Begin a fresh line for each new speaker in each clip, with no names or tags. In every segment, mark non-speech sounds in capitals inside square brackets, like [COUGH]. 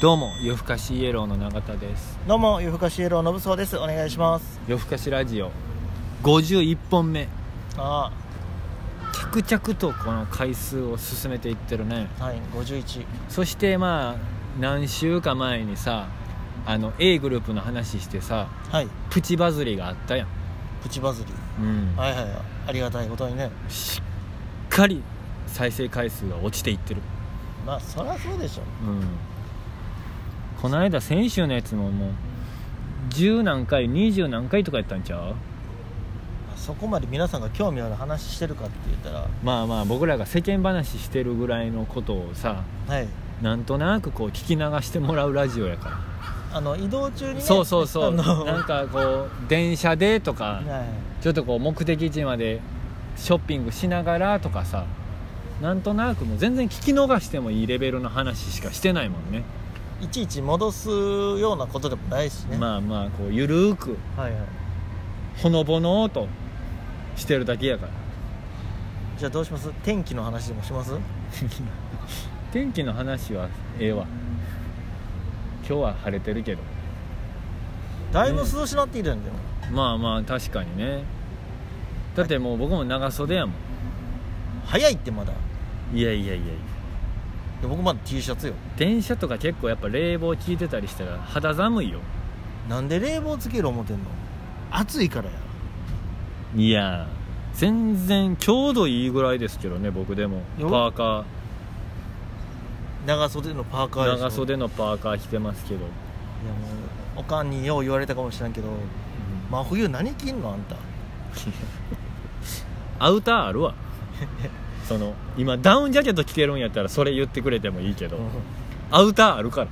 どうも夜更かしイエローの永田です
どうも夜更かしイエローのぶそうですお願いします
夜更かしラジオ51本目
あ
着々とこの回数を進めていってるね
あはい51
そしてまあ何週か前にさあの A グループの話してさ
はい
プチバズりがあったやん、
プチバズり
うん、
はいはいはいありがたいことにね
しっかり再生回数が落ちていってる、
まあそりゃそうでしょ
うん、この間先週のやつももう10何回20何回とかやったんちゃう
そこまで皆さんが興味ある話してるかって言ったら
まあまあ僕らが世間話してるぐらいのことをさ
はい
なんとなくこう聞き流してもらうラジオやか
あの移動中に
ら
ね
そうそうそ
あ
う
の
なんかこう電車でとか
はい
ちょっとこう目的地までショッピングしながらとかさなんとなくもう全然聞き逃してもいいレベルの話しかしてないもんね
いちいち戻すようなことでもないしね
まあまあこうゆるーく
はいはい
ほのぼのーとしてるだけやから
じゃあどうします天気の話でもします
天気の話はええわ今日は晴れてるけど
だいぶ涼しなっているんだよ、
まあまあ確かにねだってもう僕も長袖やも
早いってまだい
んいやいやいやいや
や僕まだ T シャツよ
電車とか結構やっぱ冷房効いてたりしたら肌寒いよ
なんで冷房つける思てんの暑いからや
いやー全然ちょうどいいぐらいですけどね僕でも
よ
パーカ
長袖のパーカ
ー
ーでしょ
長袖のパーカー着てますけど、
いやもうおかんによう言われたかもしれんけど真冬何着んのあんた
アウターある [LAUGHS] わその今ダウンジャケット着てるんやったらそれ言ってくれてもいいけど、アウターあるから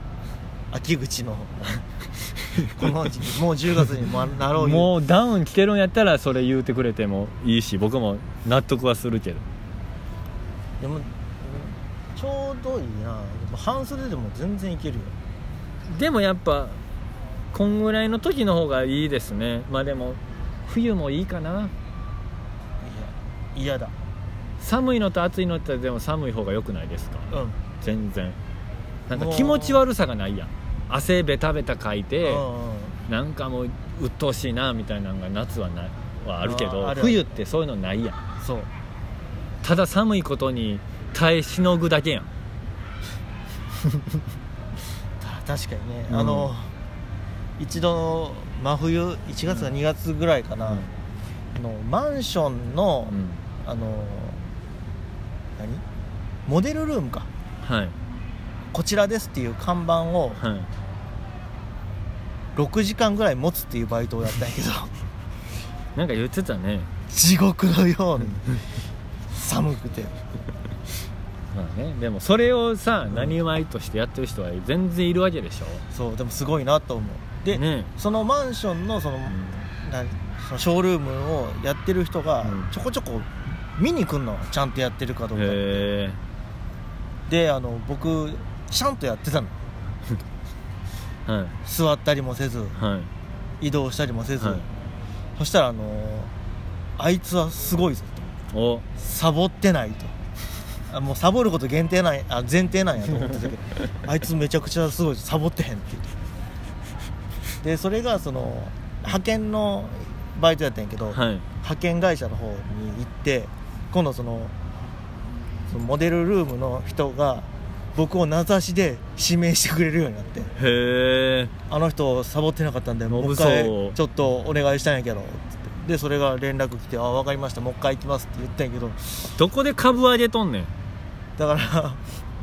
秋口の [LAUGHS] この時期もう10月にもなろう言
もうダウン着てるんやったらそれ言うてくれてもいいし僕も納得はするけど
でもちょうどいいなでも半袖でも全然いけるよ
でもやっぱこんぐらいの時の方がいいですねまあでも冬もいいかない
や嫌だ
寒いのと暑いのってでも寒い方が良くないですか
うん、
全然なんか気持ち悪さがないやん汗ベタベタかいて
うんうん
なんかもう鬱陶しいなみたいなのが夏はないはあるけど
あーある
冬ってそういうのないやん
そう
ただ寒いことに耐えしのぐだけやん
た確かにね、
うん
あの一度の真冬1月か2月ぐらいかな、あのマンションの、
うん
あの何モデルルームか
はい
こちらですっていう看板を
はい
6時間ぐらい持つっていうバイトをやった
[LAUGHS]
んやけど
なんか言ってたね
地獄のよう
[LAUGHS]
に寒くて
まあねでもそれをさ
うん
何わいとしてやってる人は全然いるわけでしょ
そうでもすごいなと思うで、
ね
そのマンションのその,、なんそのショールームをやってる人が
うん
ちょこちょこ見に来んのちゃんとやってるかどうか
へえ
であの僕ちゃんとやってたの
はい
座ったりもせず
はい
移動したりもせず、
はい
そしたらあのあいつはすごいぞと
お
サボってないとあもうサボること限定ないあ前提なんやと思って
[LAUGHS]
たけどあいつめちゃくちゃすごいサボってへんって言ってでそれがその派遣のバイトやったんやけど、
はい
派遣会社の方に行って今度そのそのモデルルームの人が僕を名指しで指名してくれるようになって
へえ
あの人サボってなかったんでもう一
ノブソ
回
ウ
ちょっとお願いしたんやけどつってでそれが連絡来て「あ分かりましたもう一回行きます」って言ったんやけど
どこで株上げとんねん
だから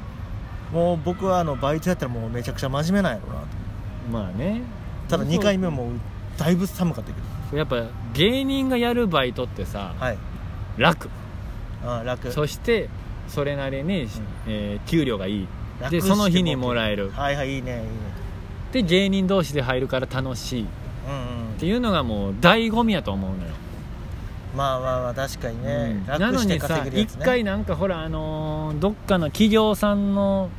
[LAUGHS] もう僕はあのバイトやったらもうめちゃくちゃ真面目なんやろうなと
まあね
ただ2回目もだいぶ寒かったけど
やっぱ芸人がやるバイトってさ
はい
楽
あ楽
そしてそれなりに、えー給料がいい
楽
で
して
その日にもらえる
はいはいいいねいいね
で芸人同士で入るから楽しいっ
うんうん
ていうのがもう醍醐味やと思うのよ
まあまあまあ確かにね、
うんな
楽
の
して
に
稼
さ
げるやつ
一
ね
回なんかほらあのーどっかの企業さんの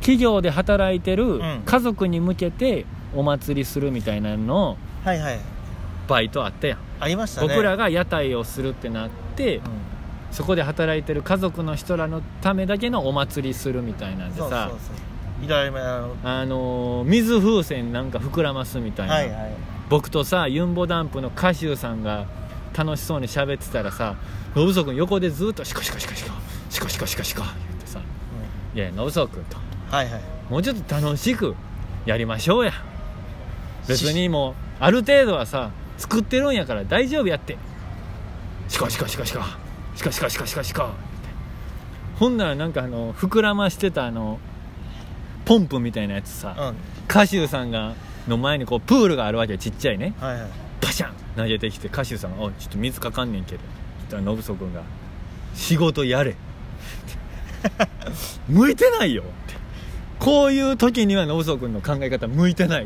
企業で働いてる
ん
家族に向けてお祭りするみたいなの
はいはい
バイトあったやん、
ありましたね
僕らが屋台をするってなって
うん
そこで働いてる家族の人らのためだけのお祭りするみたいなんで
そうそう
さ
そう左目あの
あのー水風船なんか膨らますみたいな、
はいはい
僕とさユンボダンプの歌手さんが楽しそうに喋ってたらさノブソ君横でずっとシコシコシコシコシコシコシコシコ言ってさ「
う
いやいやノブソ君」と
んはいはい
「もうちょっと楽しくやりましょうや」別にもうある程度はさ作ってるんやから大丈夫やってシコシコシコシコシコシコシコシコシコってほんならなんかあの膨らましてたあのポンプみたいなやつさ、
うんはい
歌手さんがの前にこうプールがあるわけよちっちゃいね
はい
パシャン投げてきて歌手さんが「おいちょっと水かかんねんけど」って言ったら信君が「仕事やれ」向いてないよ」ってこういう時には信君の考え方向いてない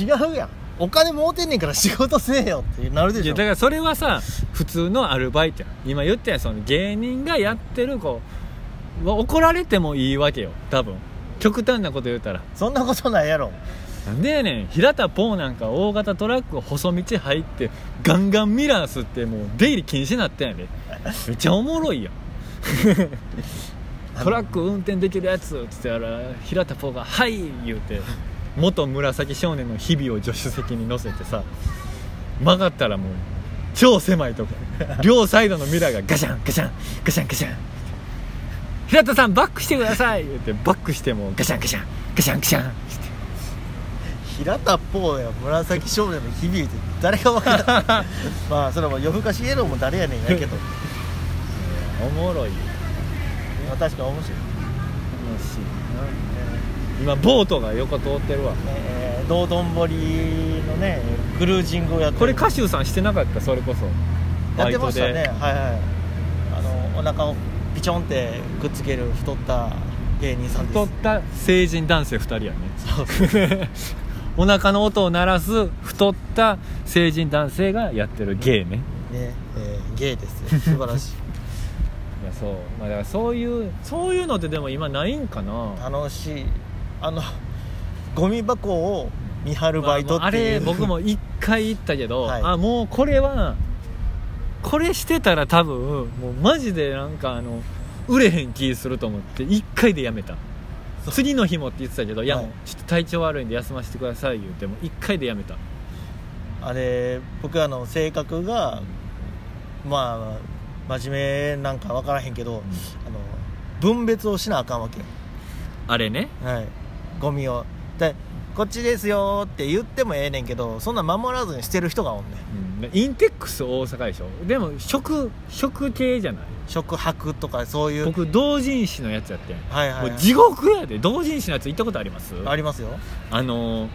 違うやんお金儲てんねんから仕事せえよってなるで
い
し
や
ょ
だからそれはさ普通のアルバイトやん今言ったやんその芸人がやってる子は怒られてもいいわけよ多分極端なこと言うたら
そんなことないやろ
なんでやねん平田ポーなんか大型トラック細道入ってガンガンミラー吸ってもう出入り禁止になったんやでめっちゃおもろ [LAUGHS] いやんトラック運転できるやつっつってやら平田ポーが「はい!」言うて元紫少年の日々を助手席に乗せてさ曲がったらもう超狭いとこ両サイドのミラーがガシャンガシャンガシャンガシャン平田さんバックしてください言うてバックしてもガシャンガシャンガシャンガシャンって
平田ポーや紫少年の日々って誰が分からん
[LAUGHS]
まあそれも夜更かしイエローも誰やねんやけど
おもろいよ
まあ確か面白い、
楽しいな今ボートが横通ってるわ
えー、道頓堀のねクルージングをやって
これ歌手さんしてなかったそれこそバ
やっ
イ
て
ト
ましたね
で
はいはいあのお腹をピチョンってくっつける太った芸人さんで
太っ
す
た成人男性2人や
そう
ね [LAUGHS] お腹の音を鳴らす太った成人男性がやってる芸ね
ねえー、芸ですよ素晴らしい
いやそう、まあ、だからそういうそういうのってでも今ないんかな
楽しいあのゴミ箱を見張る
ま
バイト
あ
ってい
れ
う、
僕も1回行ったけど、
はい
あもうこれはこれしてたら多分もうマジでなんかあの売れへん気すると思って1回でやめた次の日もって言ってたけど「いや
はい
もうちょっと体調悪いんで休ませてください」言っても1回でやめた
あれ僕あの性格がまあ真面目なんか分からへんけど、あの分別をしなあかんわけよ
あれね
はい、ゴミをでこっちですよーって言ってもええねんけどそんな守らずに捨てる人がおんねん
うんインテックス大阪でしょでも食食系じゃない
食泊とかそういう
僕同人誌のやつやってん
はいはい、
も
はいう
地獄やで同人誌のやつ行ったことあります
ありますよ
あのー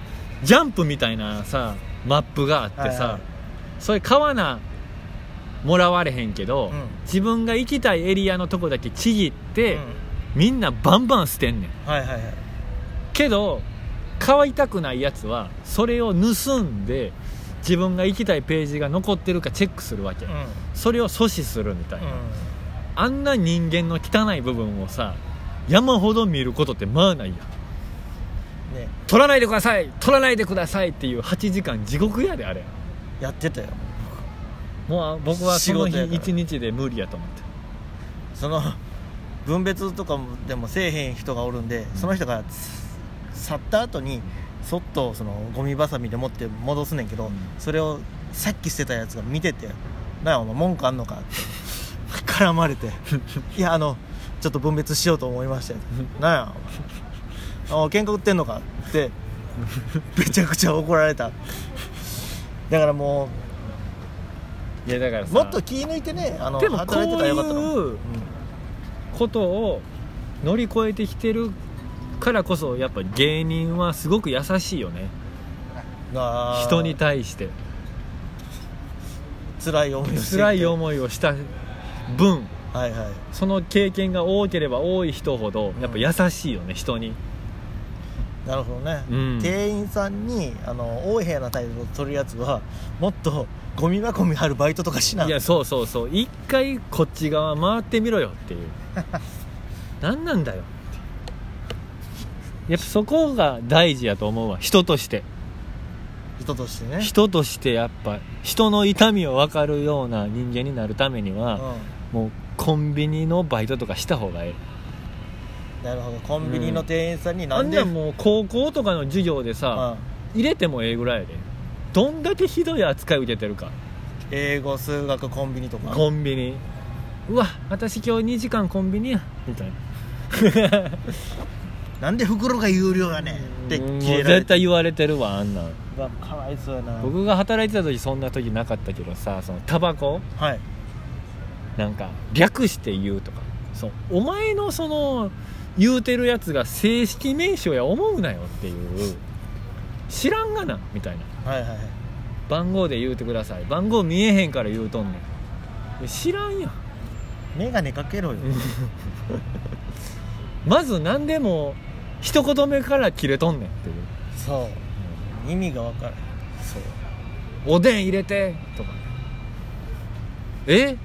ジャンプみたいなさマップがあってさ、
はいはい
それ買わなもらわれへんけど、
うん
自分が行きたいエリアのとこだけちぎっ
う
て、
ん
みんなバンバン捨てんねん
はいはいはい
けど買いたくないやつはそれを盗んで自分が行きたいページが残ってるかチェックするわけ、
うん
それを阻止するみたいな、
うん
あんな人間の汚い部分をさ山ほど見ることってまあないやん
ね
取らないでください取らないでくださいっていう8時間地獄やであれ
やってたよ
もう僕はその
仕事
日
やから
一日で無理やと思って
その分別とかもでもせえへん人がおるんでその人が去った後にそっとそのゴミばさみで持って戻すねんけど、
うん
それをさっき捨てたやつが見てて「なあお前文句あんのか?」って絡ま
[LAUGHS]
れて「いやあのちょっと分別しようと思いましたよ」なんやお前あ喧嘩売ってんのか?」ってめちゃくちゃ怒られただからも
いやだから
う
さ
もっと気抜いてねあの
でも
働いてたらよかったの
こういうことを乗り越えてきてるからこそやっぱ芸人はすごく優しいよね
が
人に対して
辛い思いをして
辛い思いをした分
はいはい
その経験が多ければ多い人ほどやっぱ優しいよね人に
なるほどね、
うん
店員さんにあの大部屋な態度を取るやつはもっとゴミ箱見張るバイトとかしない
やそうそうそう一回こっち側回ってみろよっていう
[LAUGHS]
何なんだよってやっぱそこが大事やと思うわ人として
人としてね
人としてやっぱ人の痛みを分かるような人間になるために
うん
は、もうコンビニのバイトとかした方がええ
なるほどコンビニの店員さんに
あ
なんんで、
なんもう高校とかの授業でさ、入れてもええぐらいやでどんだけひどい扱い受けてるか
うん英語数学コンビニとか
コンビニうわ私今日2時間コンビニやみたいな
なんで袋が有料やねんって
もう
消えられ
絶
て
対言われてるわあんなん
うわかわいそうやな
僕が働いてた時そんな時なかったけどさそのタバコ
はい
なんか略して言うとかそうお前のその言うてるやつが正式名称や思うなよっていう知らんがなみたいな
はいはいはい
番号で言うてください番号見えへんから言うとんねん知らんやん
眼鏡かけろよ
まず何でも一言目から切れとんねんっていう
そう意味が分からへん
そうおでん入れてとかえ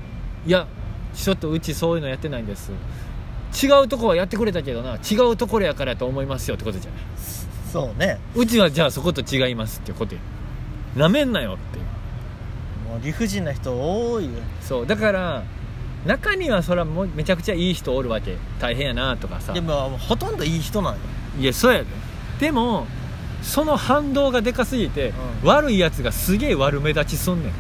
いやちょっとうちそういうのやってないんです違うとこはやってくれたけどな違うところやからやと思いますよってことじゃない
そうね
うちはじゃあそこと違いますってことやなめんなよっていう
もう理不尽な人多いよ
そうだから中にはそらもうめちゃくちゃいい人おるわけ大変やなとかさ
でもほとんどいい人なんよ
いやそうやででもその反動がでかすぎて、
うん
悪いやつがすげえ悪目立ちすんね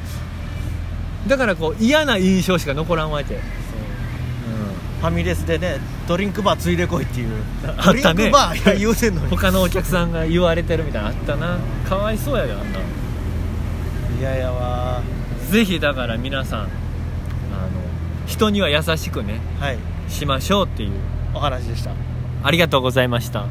んだからこう嫌な印象しか残らんわけ、
ファミレスでねドリンクバーついでこいっていう
あったね
ドリンクバーいや言うてんのに
他のお客さんが言われてるみたいなのあったなかわいそうやであんない
やいやわ
ぜひだから皆さんあの人には優しくね
はい
しましょうっていう
お話でした
ありがとうございました